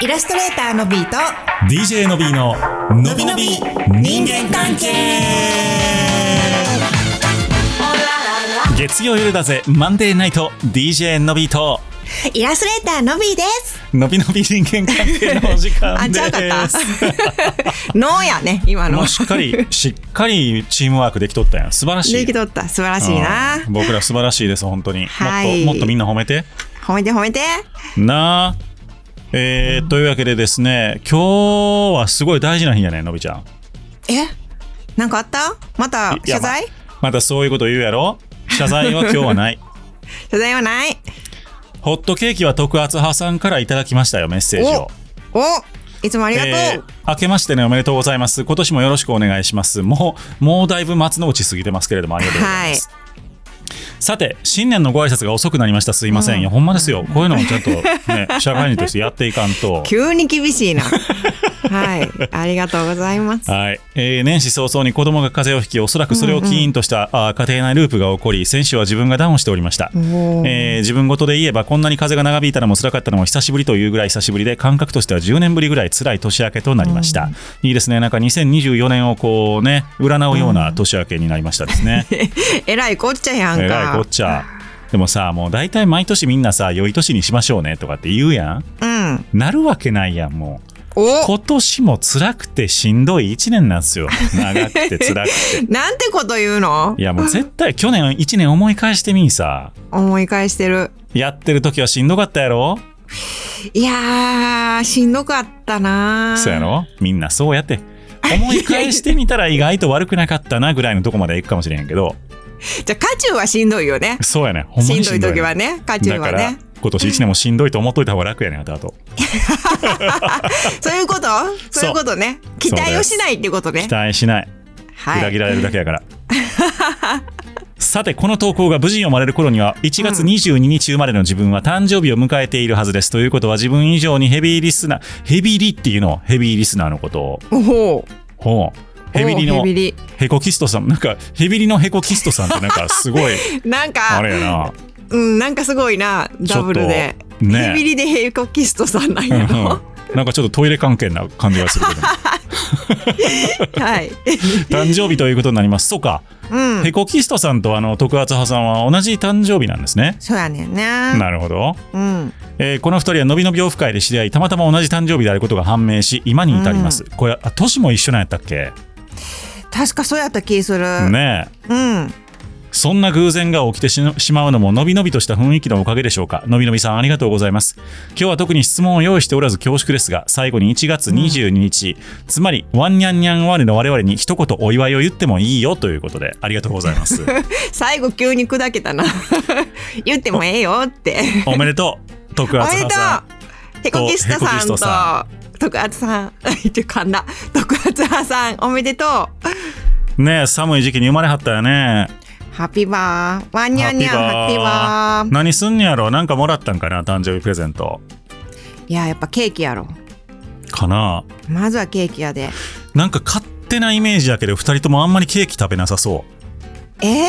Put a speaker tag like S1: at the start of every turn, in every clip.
S1: イラストレーターのビーと
S2: DJ のびーののびのび人間関係月曜夜だぜマンデーナイト DJ のびーと
S1: イラストレーターのビーです。
S2: のびのび人間関係のお時
S1: あ、
S2: 間で
S1: ちゃうかった
S2: す。
S1: ノーやね、今
S2: も
S1: の
S2: う。しっかりしっかりチームワークできとったやん素晴らしい
S1: できとった。素晴らしいな。
S2: うん僕ら素晴らしいです本当に、
S1: はい
S2: もっともっとみんな褒めて
S1: 褒めて褒めて。
S2: なあえー、というわけでですね今日はすごい大事な日やねのびちゃん
S1: えなんかあったまた
S2: いや
S1: 謝罪
S2: ままたそういうこと言うやろ謝罪は今日はない
S1: 謝罪はない。
S2: ホットケーキは特厚派さんからいただきましたよメッセージを
S1: おいつもありがとう。
S2: えー明けましてねおめでとうございます今年もよろしくお願いしますもうもうだいぶ松の内過ぎてますけれどもありがとうございます、さて新年のご挨拶が遅くなりましたすいません、いやほんまですよこういうのもちゃんとね社会人としてやっていかんと
S1: 急に厳し いな。はい。ありがとうございます。
S2: はいえー年始早々に子供が風邪をひきおそらくそれを起因とした、あー家庭内ループが起こり先週は自分がダウンしておりました、え
S1: ー
S2: ー自分事で言えばこんなに風邪が長引いたのも辛かったのも久しぶりというぐらい久しぶりで感覚としては10年ぶりぐらい辛い年明けとなりました、いいですねなんか2024年をこうね占うような年明けになりましたですね、
S1: えらいこっちゃやんか。
S2: えらいこっちゃでもさもう大体毎年みんなさ良い年にしましょうねとかって言うやん
S1: うん。
S2: なるわけないやんもう
S1: お
S2: 今年も辛くてしんどい1年なんですよ長くて辛くて
S1: なんてこと言うの
S2: いやもう絶対去年1年思い返してみいさ
S1: 思い返してる。
S2: やってる時はしんどかったやろ
S1: いやー、しんどかったなー
S2: そうやろみんなそうやって思い返してみたら意外と悪くなかったなぐらいのとこまで行くかもしれへんけど
S1: じゃあ、渦中はしんどいよね。
S2: そうやねほん
S1: し
S2: ま
S1: ん
S2: に
S1: どい時はね、渦中
S2: だか
S1: は
S2: ら
S1: ね。
S2: 今年1年もしんどいと思っといた方が楽やねんあとあと
S1: そういう ことそういうことね。期待をしないってことね
S2: 期。待しない
S1: は
S2: 裏切
S1: い。
S2: られるだけ やから。さてこの投稿が無事に読まれる頃には1月22日生まれの自分は誕生日を迎えているはずです、ということは自分以上にヘビーリスナーヘビリっていうのヘビーリスナーのことを
S1: おほ
S2: ほう
S1: う
S2: ヘビリ
S1: お
S2: の
S1: うヘビリ
S2: ヘコキストさんなんかヘビリのヘコキストさんってなんかすごい
S1: なんか
S2: あれやな
S1: うん、なんかすごいな、ダブルで。
S2: ちょっとね
S1: ヘビリでヘイコキストさんなん
S2: うんう
S1: や
S2: ん
S1: ろ。
S2: なんかちょっとトイレ関係な感じがするけ ど
S1: はい。
S2: 誕生日ということになりますそうか、
S1: うん。
S2: ヘコキストさんとあの徳厚派さんは同じ誕生日なんですね
S1: そうやねんね。
S2: なるほど
S1: うん。
S2: えーこの2人はのびのびオフ会で知り合いたまたま同じ誕生日であることが判明し今に至ります、これあ年も一緒なんやったっけ、
S1: 確かそうやった気する。
S2: ねえ
S1: うん。
S2: そんな偶然が起きてししまうのものびのびとした雰囲気のおかげでしょうかのびのびさんありがとうございます今日は特に質問を用意しておらず恐縮ですが最後に1月22日、つまりワンニャンニャンワネの我々に一言お祝いを言ってもいいよということでありがとうございます
S1: 最後急に砕けたな。 言ってもええよって。
S2: おめでとう徳
S1: お
S2: 厚
S1: めでと
S2: 派さ
S1: う
S2: ん
S1: ヘコキストさん
S2: とヘコキストさ
S1: と徳厚さんってかんだ徳厚派さんおめでとう
S2: ねえ寒い時期に生まれはったよね
S1: ハッピーバーワンニャンニャンハッピーバー
S2: 何すんねやろなんかもらったんかな誕生日プレゼント
S1: いややっぱケーキやろ
S2: かな
S1: まずはケーキやで
S2: なんか勝手なイメージだけど2人ともあんまりケーキ食べなさそう
S1: え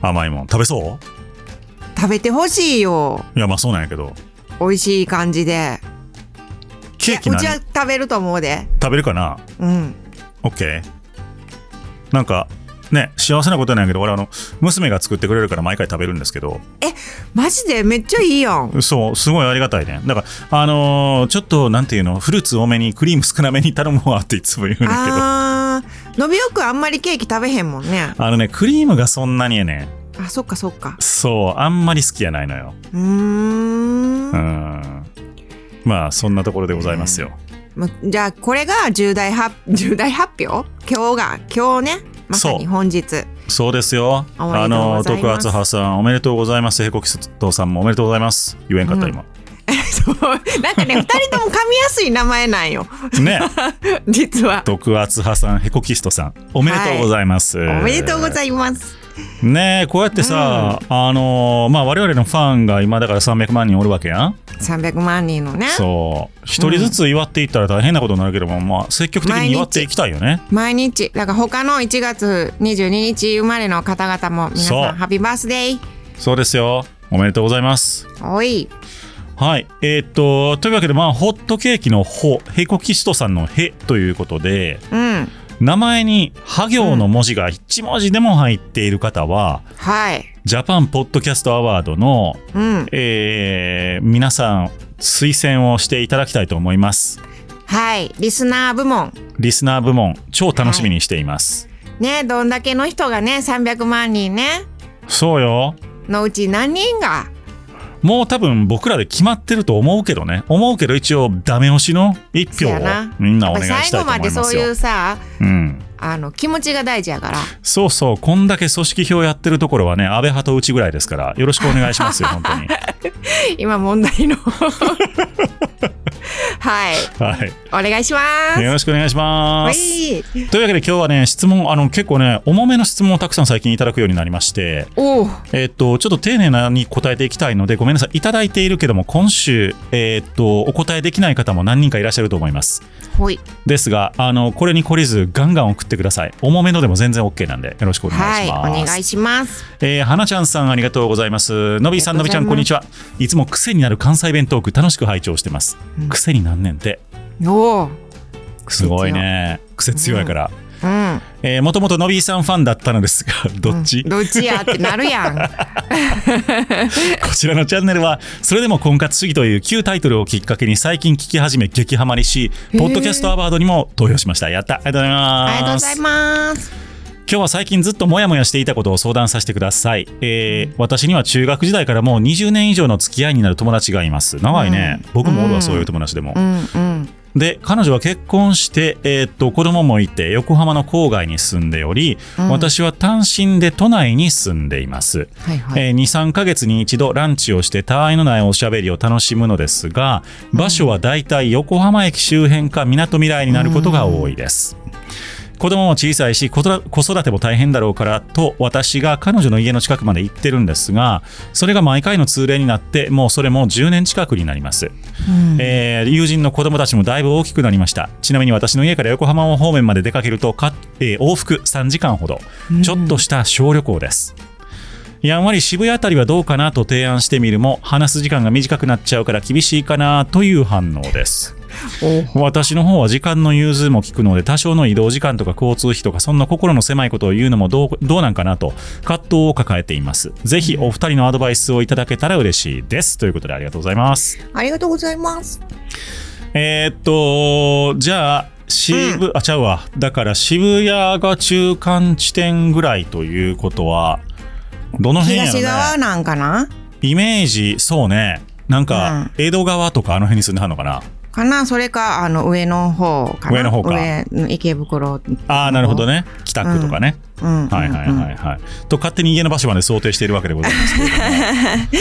S1: ー、
S2: 甘いもん食べそう
S1: 食べてほしいよ
S2: いやまあそうなんやけど
S1: 美味しい感じで
S2: ケーキ
S1: いや
S2: 何
S1: うちは
S2: 食
S1: 食べると思うで
S2: べるかな
S1: うん
S2: オッケーなんかね幸せなことなんやけど俺あの娘が作ってくれるから毎回食べるんですけど
S1: マジでめっちゃいいやん
S2: そうすごいありがたいねだからあのーちょっとなんていうのフルーツ多めにクリーム少なめに頼むわっていつも言うんだけどあ
S1: あーのびおくんあんまりケーキ食べへんもんね
S2: のねクリームがそんなにやね
S1: あそっかそっか
S2: そうあんまり好きやないのよ
S1: うーん
S2: うーんまあそんなところでございますよ。
S1: まじゃあこれが重大発重大発表今日が今日ねまさ
S2: そ
S1: に
S2: う
S1: 本日
S2: そうですよ。
S1: おめでとうござい
S2: あ
S1: ます
S2: の徳厚派さんおめでとうございます。ヘコキストさんもおめでとうございます。言えんかった今。
S1: そうなんかね二人とも噛みやすい名前なんよ
S2: ね
S1: 実は
S2: 徳厚派さんヘコキストさんおめでとうございます。
S1: おめでとうご
S2: い
S1: ざいます
S2: ます。ねえこうやってさ、あのまあ我々のファンが今だから300万人おるわけやん。
S1: 300万人のね
S2: そう一人ずつ祝っていったら大変なことになるけども、まあ積極的に祝っていきたいよね。
S1: 毎日だから他の1月22日生まれの方々も皆
S2: そう
S1: さんハッピーバースデー
S2: そうですよ。おめでとうございます。
S1: おい
S2: はい。えーっと、というわけで、まあ、ホットケーキのほ、ヘコキストさんのへということで、
S1: うん
S2: 名前に、は行の文字が1文字でも入っている方は、
S1: はい
S2: ジャパンポッドキャストアワードの、
S1: うん
S2: えー皆さん、推薦をしていただきたいと思います。
S1: はいリスナー部門
S2: リスナー部門、超楽しみにしています。
S1: ねどんだけの人がね300万人ね
S2: そうよ。
S1: のうち何人が
S2: もう多分僕らで決まってると思うけどね。思うけど一応ダメ押しの一票
S1: そ
S2: を
S1: やな
S2: みんな
S1: や
S2: お
S1: っぱ
S2: 願いしたい
S1: 最
S2: と
S1: 後
S2: 思
S1: ま
S2: いま
S1: ですそ
S2: よ。
S1: ういうさ
S2: うん。
S1: あの気持ちが大事やから
S2: そうそう、こんだけ組織票やってるところはね、安倍派とうちぐらいですから、よろしくお願いし ますよ、本当に。
S1: 今問題の はい
S2: はい。
S1: お願いします
S2: よろしくお願いしま
S1: は
S2: す。
S1: い
S2: というわけで今日はね、質問、あの、結構ね、重めの質問をたくさん最近いただくようになりまして、
S1: おう
S2: えっと、ちょっと丁寧なに答えていきたいので、ごめんなさい。いただいているけども、今週、えっと、お答えできない方も何人かいらっしゃると思います。
S1: ほい
S2: ですが、あの、これに懲りず、ガンガン送ってください。重めのでも全然 OK なんで、よろしくお願いします。
S1: はいお願いします
S2: えー、花ちゃんさんありがとうございます。のびさん、の
S1: あ
S2: び
S1: り
S2: ち
S1: が
S2: ゃ
S1: と
S2: ん、
S1: うござい
S2: こんに
S1: ます
S2: ちは。いつも癖になる関西弁トーク、楽しく拝聴してます。
S1: うん
S2: 癖になんねんて。
S1: おう
S2: すごいね。癖強いから。
S1: うん
S2: えーもともとのびさんファンだったのですが、どっち、
S1: うんどっちやってなるやん
S2: こちらのチャンネルは、それでも婚活主義という旧タイトルをきっかけに最近聞き始め激ハマりし、
S1: へー
S2: ポッドキャストアワードにも投票しました。や った。ありがとうございます。
S1: ありがとうございます
S2: 今日は最近ずっとモヤモヤしていたことを相談させてください、えー私には中学時代からもう20年以上の付き合いになる友達がいます長いね、
S1: うん
S2: 僕もおる
S1: う
S2: わ
S1: ん
S2: そういう友達でも
S1: う、んうん
S2: で彼女は結婚して、えーっと子供もいて横浜の郊外に住んでおり、
S1: うん
S2: 私は単身で都内に住んでいます、
S1: はいはい
S2: えー23ヶ月に一度ランチをしてたわいのないおしゃべりを楽しむのですが場所はだいたい横浜駅周辺かみなとみらいになることが多いです、子供も小さいし子育子育ても大変だろうからと私が彼女の家の近くまで行ってるんですがそれが毎回の通例になってもうそれも10年近くになります、
S1: うん
S2: えー友人の子供たちもだいぶ大きくなりましたちなみに私の家から横浜方面まで出かけるとか、えー往復3時間ほどちょっとした小旅行です、やんわり渋谷あたりはどうかなと提案してみるも話す時間が短くなっちゃうから厳しいかなという反応です
S1: お
S2: 私の方は時間の融通も聞くので多少の移動時間とか交通費とかそんな心の狭いことを言うのもどうどうなんかなと葛藤を抱えていますぜひお二人のアドバイスをいただけたら嬉しいですということでありがとうございます
S1: ありがとうございます
S2: えーっとじゃあ渋、あちゃうわだから渋谷が中間地点ぐらいということはどの辺やろ、ね、
S1: 東側なんかな
S2: イメージそうねなん
S1: う
S2: か
S1: ん
S2: 江戸川とかあの辺に住んではんのかな、
S1: かなそれかあの上の方かな
S2: 上の方か
S1: 上の池袋
S2: ああなるほどね北区とかね、
S1: うんうんうん
S2: はいはいはいはい、と勝手に家の場所まで想定しているわけでございますけれども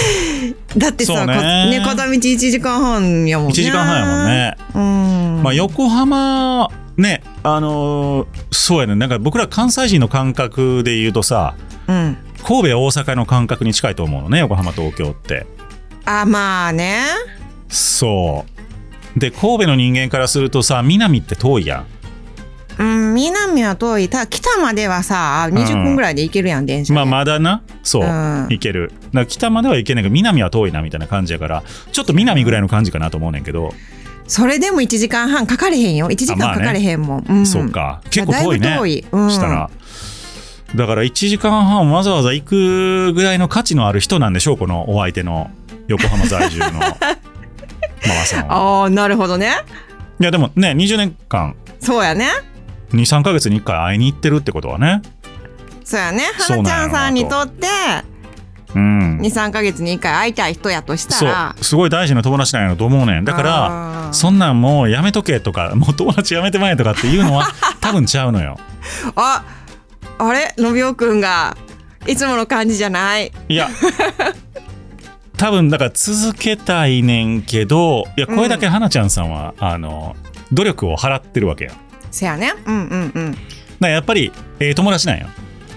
S1: だって
S2: そう
S1: さ
S2: ね
S1: かね片道1時間半やもん
S2: 1時間半やもんね、
S1: もんねうん
S2: まあ、横浜ねあのーそうやねなんか僕ら関西人の感覚で言うとさ
S1: うん
S2: 神戸大阪の感覚に近いと思うのね横浜東京って
S1: あまあね
S2: そうで神戸の人間からするとさ南って遠いやん
S1: うん南は遠いただ北まではさ20分ぐらいで行けるやん電車で
S2: まあまだなそう、
S1: うん
S2: 行けるだから北までは行けないけど南は遠いなみたいな感じやからちょっと南ぐらいの感じかなと思うねんけど、
S1: それでも1時間半かかれへんよ1時
S2: あまあ
S1: 間
S2: ね
S1: かかれへんもん、うん
S2: そうか結構遠いね
S1: だいぶ遠い、うん、
S2: したらだから1時間半わざわざ行くぐらいの価値のある人なんでしょうこのお相手の横浜在住 のママさんは
S1: ああなるほどね
S2: いやでもね20年間
S1: そうやね
S2: 23ヶ月に1回会いに行ってるってことはね
S1: そうやね
S2: そ
S1: 花
S2: うなん
S1: ち
S2: やろ
S1: ゃ
S2: なん
S1: さんにとって
S2: うん
S1: 23か月に1回会いたい人やとしたら
S2: そうすごい大事な友達なんやろと思うねんだから
S1: ら
S2: そんなんもうやめとけとかもう友達やめてまえとかっていう のは多分ちゃうのよ
S1: ああれのびおくんがいつもの感じじゃない
S2: いや多分だから続けたいねんけどいやこれだけ花ちゃんさんは、あの努力を払ってるわけやだか
S1: せやねうんうんうん
S2: らやっぱり、ええ友達なんよ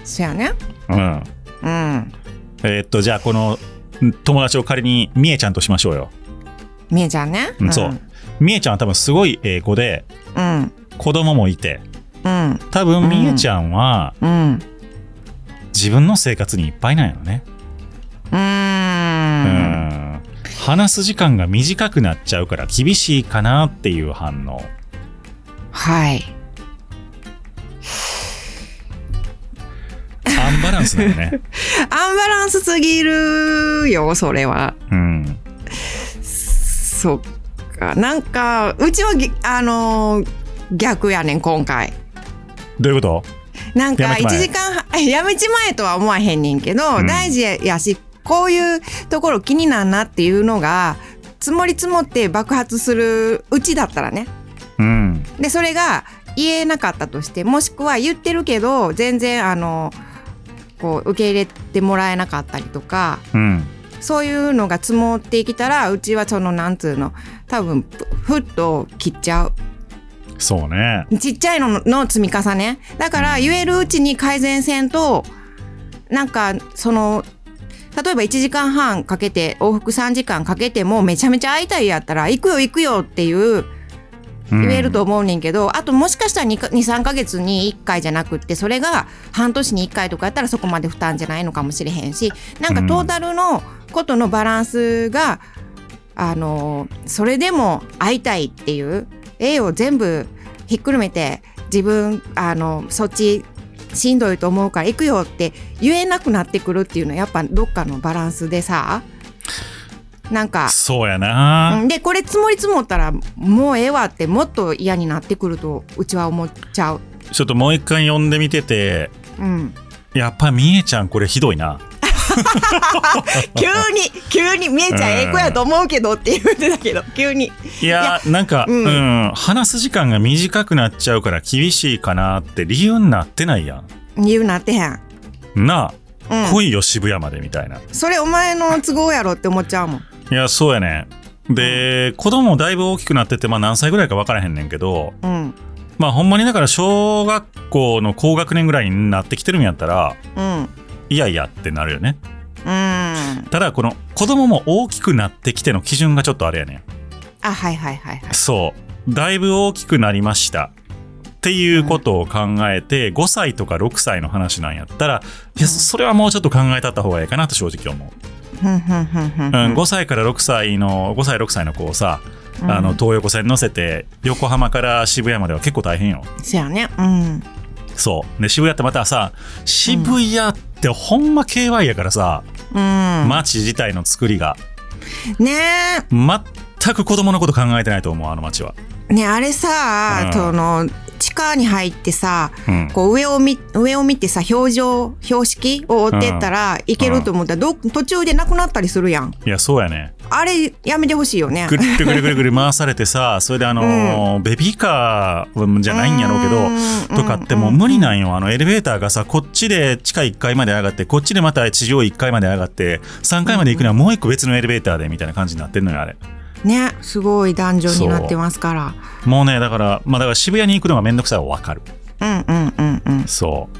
S1: せやね
S2: うん
S1: うん
S2: えーっとじゃあこのん友達を仮にみえちゃんとしましょうよ、
S1: みえちゃんね、
S2: うんそうみえちゃんは多分すごい英語で
S1: うん
S2: 子供もいて
S1: うん
S2: 多分みえちゃんは
S1: うん
S2: 自分の生活にいっぱいなんやろね
S1: うー
S2: うん
S1: ん
S2: 話す時間が短くなっちゃうから厳しいかなっていう反応
S1: はい
S2: アンバランスなの ね
S1: アンバランスすぎるよそれは
S2: うん
S1: そっかなんかうちはぎあのー逆やねん今回
S2: どういうこと
S1: なん
S2: や
S1: か
S2: め
S1: 1
S2: ちまえ
S1: 時間半 やめちまえとは思わへんねんけど、
S2: ん
S1: 大事やしこういうところ気になんなっていうのが積もり積もって爆発するうちだったらね
S2: うん
S1: でそれが言えなかったとしてもしくは言ってるけど全然あのこう受け入れてもらえなかったりとか
S2: うん
S1: そういうのが積もってきたらうちはそのなんつうの多分ふふっと切っちゃう
S2: そうね
S1: ちっちゃいのの積み重ねだから言えるうちに改善せんとなんかその例えば1時間半かけて往復3時間かけてもめちゃめちゃ会いたいやったら行くよ行くよっていう
S2: うん
S1: 言えると思うねんけど、あともしかしたら23ヶ月に1回じゃなくってそれが半年に1回とかやったらそこまで負担じゃないのかもしれへんしなんか
S2: うん
S1: トータルのことのバランスが、あのそれでも会いたいっていう絵を全部ひっくるめて自分あのそっちしんどいと思うから行くよって言えなくなってくるっていうのはやっぱどっかのバランスでさなんか
S2: そうやな、
S1: うんでこれ積もり積もったらもうええわってもっと嫌になってくるとうちは思っちゃう。
S2: ちょっともう一回読んでみてて
S1: うん、
S2: やっぱみえちゃんこれひどいな
S1: 急に急に「みえちゃんええ子やと思うけど」って言ってたけど急に
S2: いやなんか、う
S1: うんん
S2: 話す時間が短くなっちゃうから厳しいかなって理由になってないや
S1: 言うなってへん、
S2: んな
S1: う
S2: あ、
S1: ん、
S2: 来いよ渋谷までみたいな
S1: それお前の都合やろって思っちゃうもん
S2: いやそうやねで、子供だいぶ大きくなってて、まあ、何歳ぐらいか分からへんねんけど
S1: うん
S2: まあほんまにだから小学校の高学年ぐらいになってきてるんやったら
S1: うん
S2: いやいやってなるよね
S1: うんあ
S2: ただこの子供も大きくなってきての基準がちょっとあれやねん
S1: はいはいはいはい
S2: そうだいぶ大きくなりましたっていうことを考えて、5歳とか6歳の話なんやったらい
S1: うん
S2: やそれはもうちょっと考えたった方がいいかなと正直思う、
S1: ふんふんふんふん
S2: う
S1: ふ
S2: ん
S1: ん
S2: 5歳から6歳の5歳6歳の子をさ、
S1: うん
S2: あの東横線乗せて横浜から渋谷までは結構大変よ
S1: せやねうん
S2: そうで渋谷ってまたさ渋谷ってほんま KY やからさ、
S1: うん、
S2: 街自体の作りが
S1: ねえ
S2: 全く子供のこと考えてないと思うあの街は、
S1: ねあれさ、
S2: うん
S1: その地下に入ってさ
S2: うん
S1: こう上を見上を見てさ表情標識を追ってったらいけると思ったらど途中でなくなったりするやん
S2: いやそうやね
S1: あれやめてほしいよね
S2: ぐるぐるぐるぐる回されてさそれであのー、ベビーカーじゃないんやろうけどとかってもう無理なんよあのエレベーターがさこっちで地下1階まで上がってこっちでまた地上1階まで上がって3階まで行くにはもう一個別のエレベーターでみたいな感じになってんのよあれ
S1: ねすごい男女になってますから
S2: もうねだからまあだから渋谷に行くのがめんどくさいはわかる
S1: うんうんうんうん
S2: そう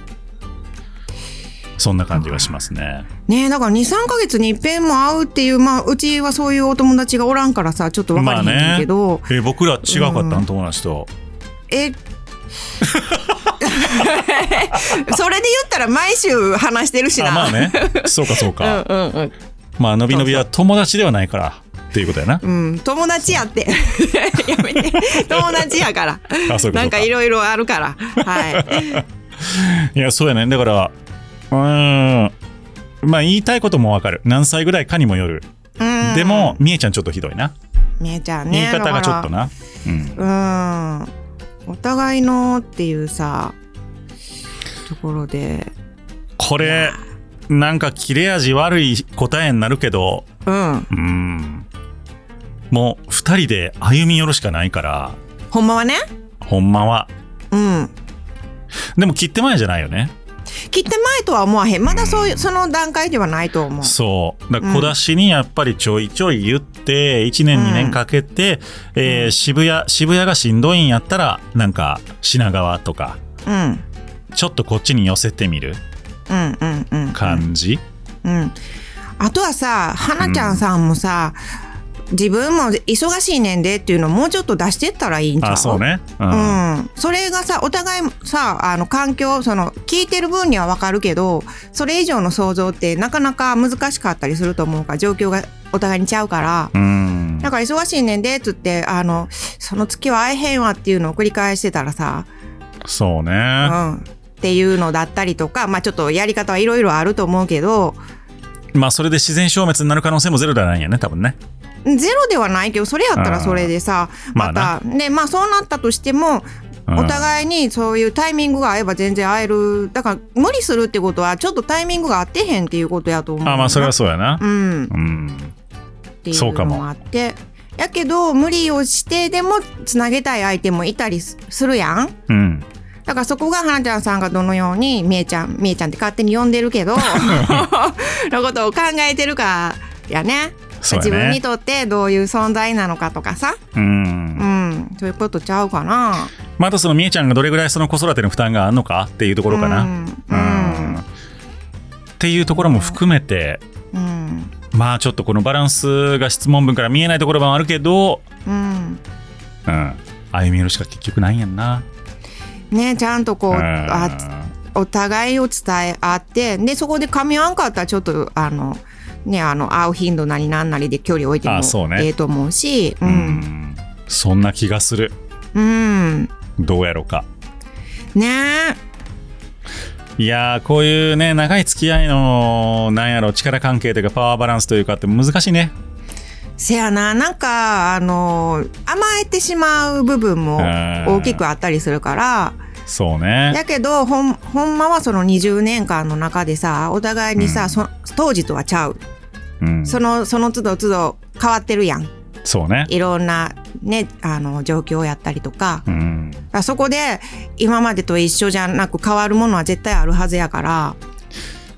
S2: そんな感じがしますね
S1: ねだから23か月に一遍も会うっていうまあうちはそういうお友達がおらんからさちょっと分からへんねんけど、
S2: え僕ら違うかった
S1: うん
S2: ん友達と
S1: え それで言ったら毎週話してるし
S2: あ
S1: な、
S2: まあねそうかそうか、
S1: うんうんうん
S2: まあのびのびは友達ではないからっていうことやな
S1: うん、友達やって やめて友達やから
S2: あそういうこと
S1: なんかいろいろあるから はい
S2: いや、そうやね。だから、うーん。まあ、言いたいこともわかる。何歳ぐらいかにもよる。
S1: うん
S2: でも、みえちゃんちょっとひどいな。
S1: みえちゃん
S2: 言い
S1: ね
S2: 方がちょっと
S1: だ
S2: な。うん。
S1: からうんお互いのっていうさところで
S2: これ、なんか切れ味悪い答えになるけど、
S1: うん
S2: うーん。もう、二人で歩み寄るしかないから、
S1: ほんまはね
S2: ほんまは。
S1: うん
S2: でも、切って前じゃないよね。
S1: 切って前とは思わへんまだそういうその段階ではないと思う
S2: そう。だから小出しにやっぱりちょいちょい言って、1年
S1: うん
S2: 2年かけて、えー
S1: うん
S2: 渋谷、渋谷がしんどいんやったら、なんか、品川とか、
S1: うん
S2: ちょっとこっちに寄せてみる
S1: うんうんうん
S2: 感じ、
S1: うん、あとはさ花ちゃんさんもさ、自分も忙しいねんでっていうのをもうちょっと出してったらいいんちゃう
S2: あそうね、う
S1: うんん、それがさお互いさあの環境その聞いてる分にはわかるけどそれ以上の想像ってなかなか難しかったりすると思うから状況がお互いにちゃうから
S2: うん
S1: だから忙しいねんでっつってあのその月は会えへんわっていうのを繰り返してたらさ、
S2: そう
S1: う
S2: ね、
S1: ん、っていうのだったりとかまあちょっとやり方はいろいろあると思うけど
S2: まあそれで自然消滅になる可能性もゼロではないんやね多分ね
S1: ゼロではないけどそれやったらそれでさ
S2: まあ
S1: ま
S2: な
S1: た、ねまあそうなったとしても
S2: うん
S1: お互いにそういうタイミングが合えば全然会えるだから無理するってことはちょっとタイミングが合ってへんっていうことやと思う
S2: あまあそれはそうやな
S1: うんっ
S2: うん
S1: てい
S2: そううか
S1: の
S2: も
S1: もあってやけど無理をしてでもつなげたい相手もいたりすするやん
S2: うん
S1: だからそこが花ちゃんさんがどのようにみえちゃんみえちゃんって勝手に呼んでるけ どのことを考えてるかやね
S2: そう
S1: 自分
S2: や
S1: に
S2: ね
S1: とってどういう存在なのかとかさ
S2: うん
S1: うんそういうことちゃうかな
S2: まあ、あとそのみえちゃんがどれぐらいその子育ての負担があるのかっていうところかな。うん
S1: うん
S2: っていうところも含めて、
S1: うんうん
S2: まあちょっとこのバランスが質問文から見えないところもあるけど、
S1: うん
S2: うん、歩み寄るしか結局ないんやんな。
S1: ねちゃんとこう、
S2: うん
S1: あお互いを伝え合ってでそこで噛み合わんかったらちょっとあのねあの会う頻度なりなんなりで距離置いても
S2: あそうね
S1: ええと思うしう、
S2: うんんそんな気がする。
S1: うん、
S2: どうやろうか。
S1: ね
S2: いやーこういうね長い付き合いのなんやろ力関係というかパワーバランスというかって難しいね。
S1: せやななんかあの甘えてしまう部分も
S2: うん
S1: 大きくあったりするから
S2: そうね。
S1: やけどほんほんまはその20年間の中でさお互いにさ、
S2: うん
S1: そ当時とはちゃう
S2: うん、
S1: そのその都度都度変わってるやん
S2: そうね。
S1: いろんなねあの状況やったりとか
S2: うん
S1: あそこで今までと一緒じゃなく変わるものは絶対あるはずやから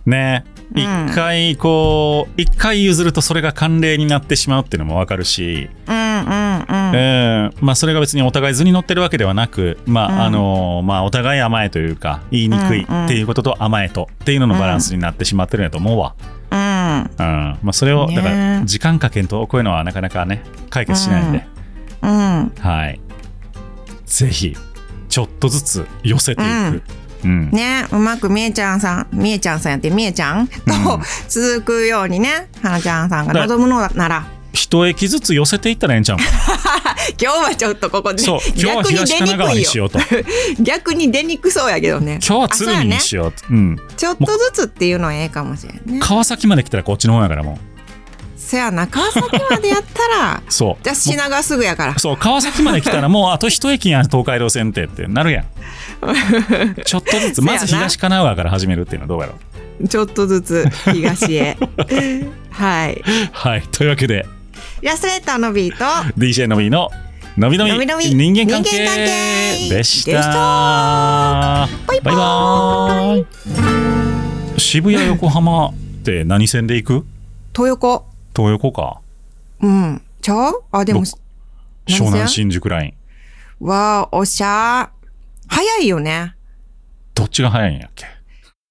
S2: ね
S1: うん
S2: 一回こう一回譲るとそれが慣例になってしまうっていうのもわかるし、
S1: うんうん
S2: う
S1: うん
S2: んまあ、それが別にお互い図に乗ってるわけではなく、まあ
S1: うん
S2: あのまあ、お互い甘えというか言いにくい
S1: うんうん
S2: っていうことと甘えとっていうののバランスになってしまってるんやと思うわ、
S1: うん
S2: うんまあ、それを
S1: ね
S2: だから時間かけんとこういうのはなかなかね解決しないんで、
S1: うん
S2: はい、ぜひちょっとずつ寄せていく。うん
S1: ねうまくみえちゃんさんみえちゃんさんやってみえちゃんと、
S2: うん
S1: 続くようにねはなちゃんさんが
S2: だ
S1: 望むのなら
S2: 一駅ずつ寄せていったらええんち ゃうんか
S1: 今日はちょっとここで
S2: そう今
S1: 逆に
S2: 日は
S1: 出
S2: 東神奈川に
S1: に
S2: し
S1: くい
S2: よ
S1: よ
S2: うと
S1: 逆に出にくそうやけどね
S2: 今日は鶴見にしようとうん、
S1: ちょっとずつっていうのはええかもしれんね
S2: 川崎まで来たらこっちの方やからも
S1: せやな川崎までやった ら
S2: うそう
S1: じゃあ品川すぐやから
S2: もうそう川崎まで来たらもうあと一駅やん東海道線ってってなる やんちょっとずつ
S1: そうやな
S2: まず東神奈川から始めるっていうのはどうやろう
S1: ちょっとずつ東へはい
S2: はいというわけで
S1: イラストレーターのビーと
S2: DJ のびののびのび
S1: のびのび
S2: 人間関係
S1: 人間関係
S2: でした
S1: でし
S2: バイバーイ渋谷横浜って何線で行く
S1: 東横
S2: 東横か
S1: うんちゃうあでも
S2: 僕湘南新宿ライン
S1: わあおしゃー早いよね
S2: どっちが早いんやっけ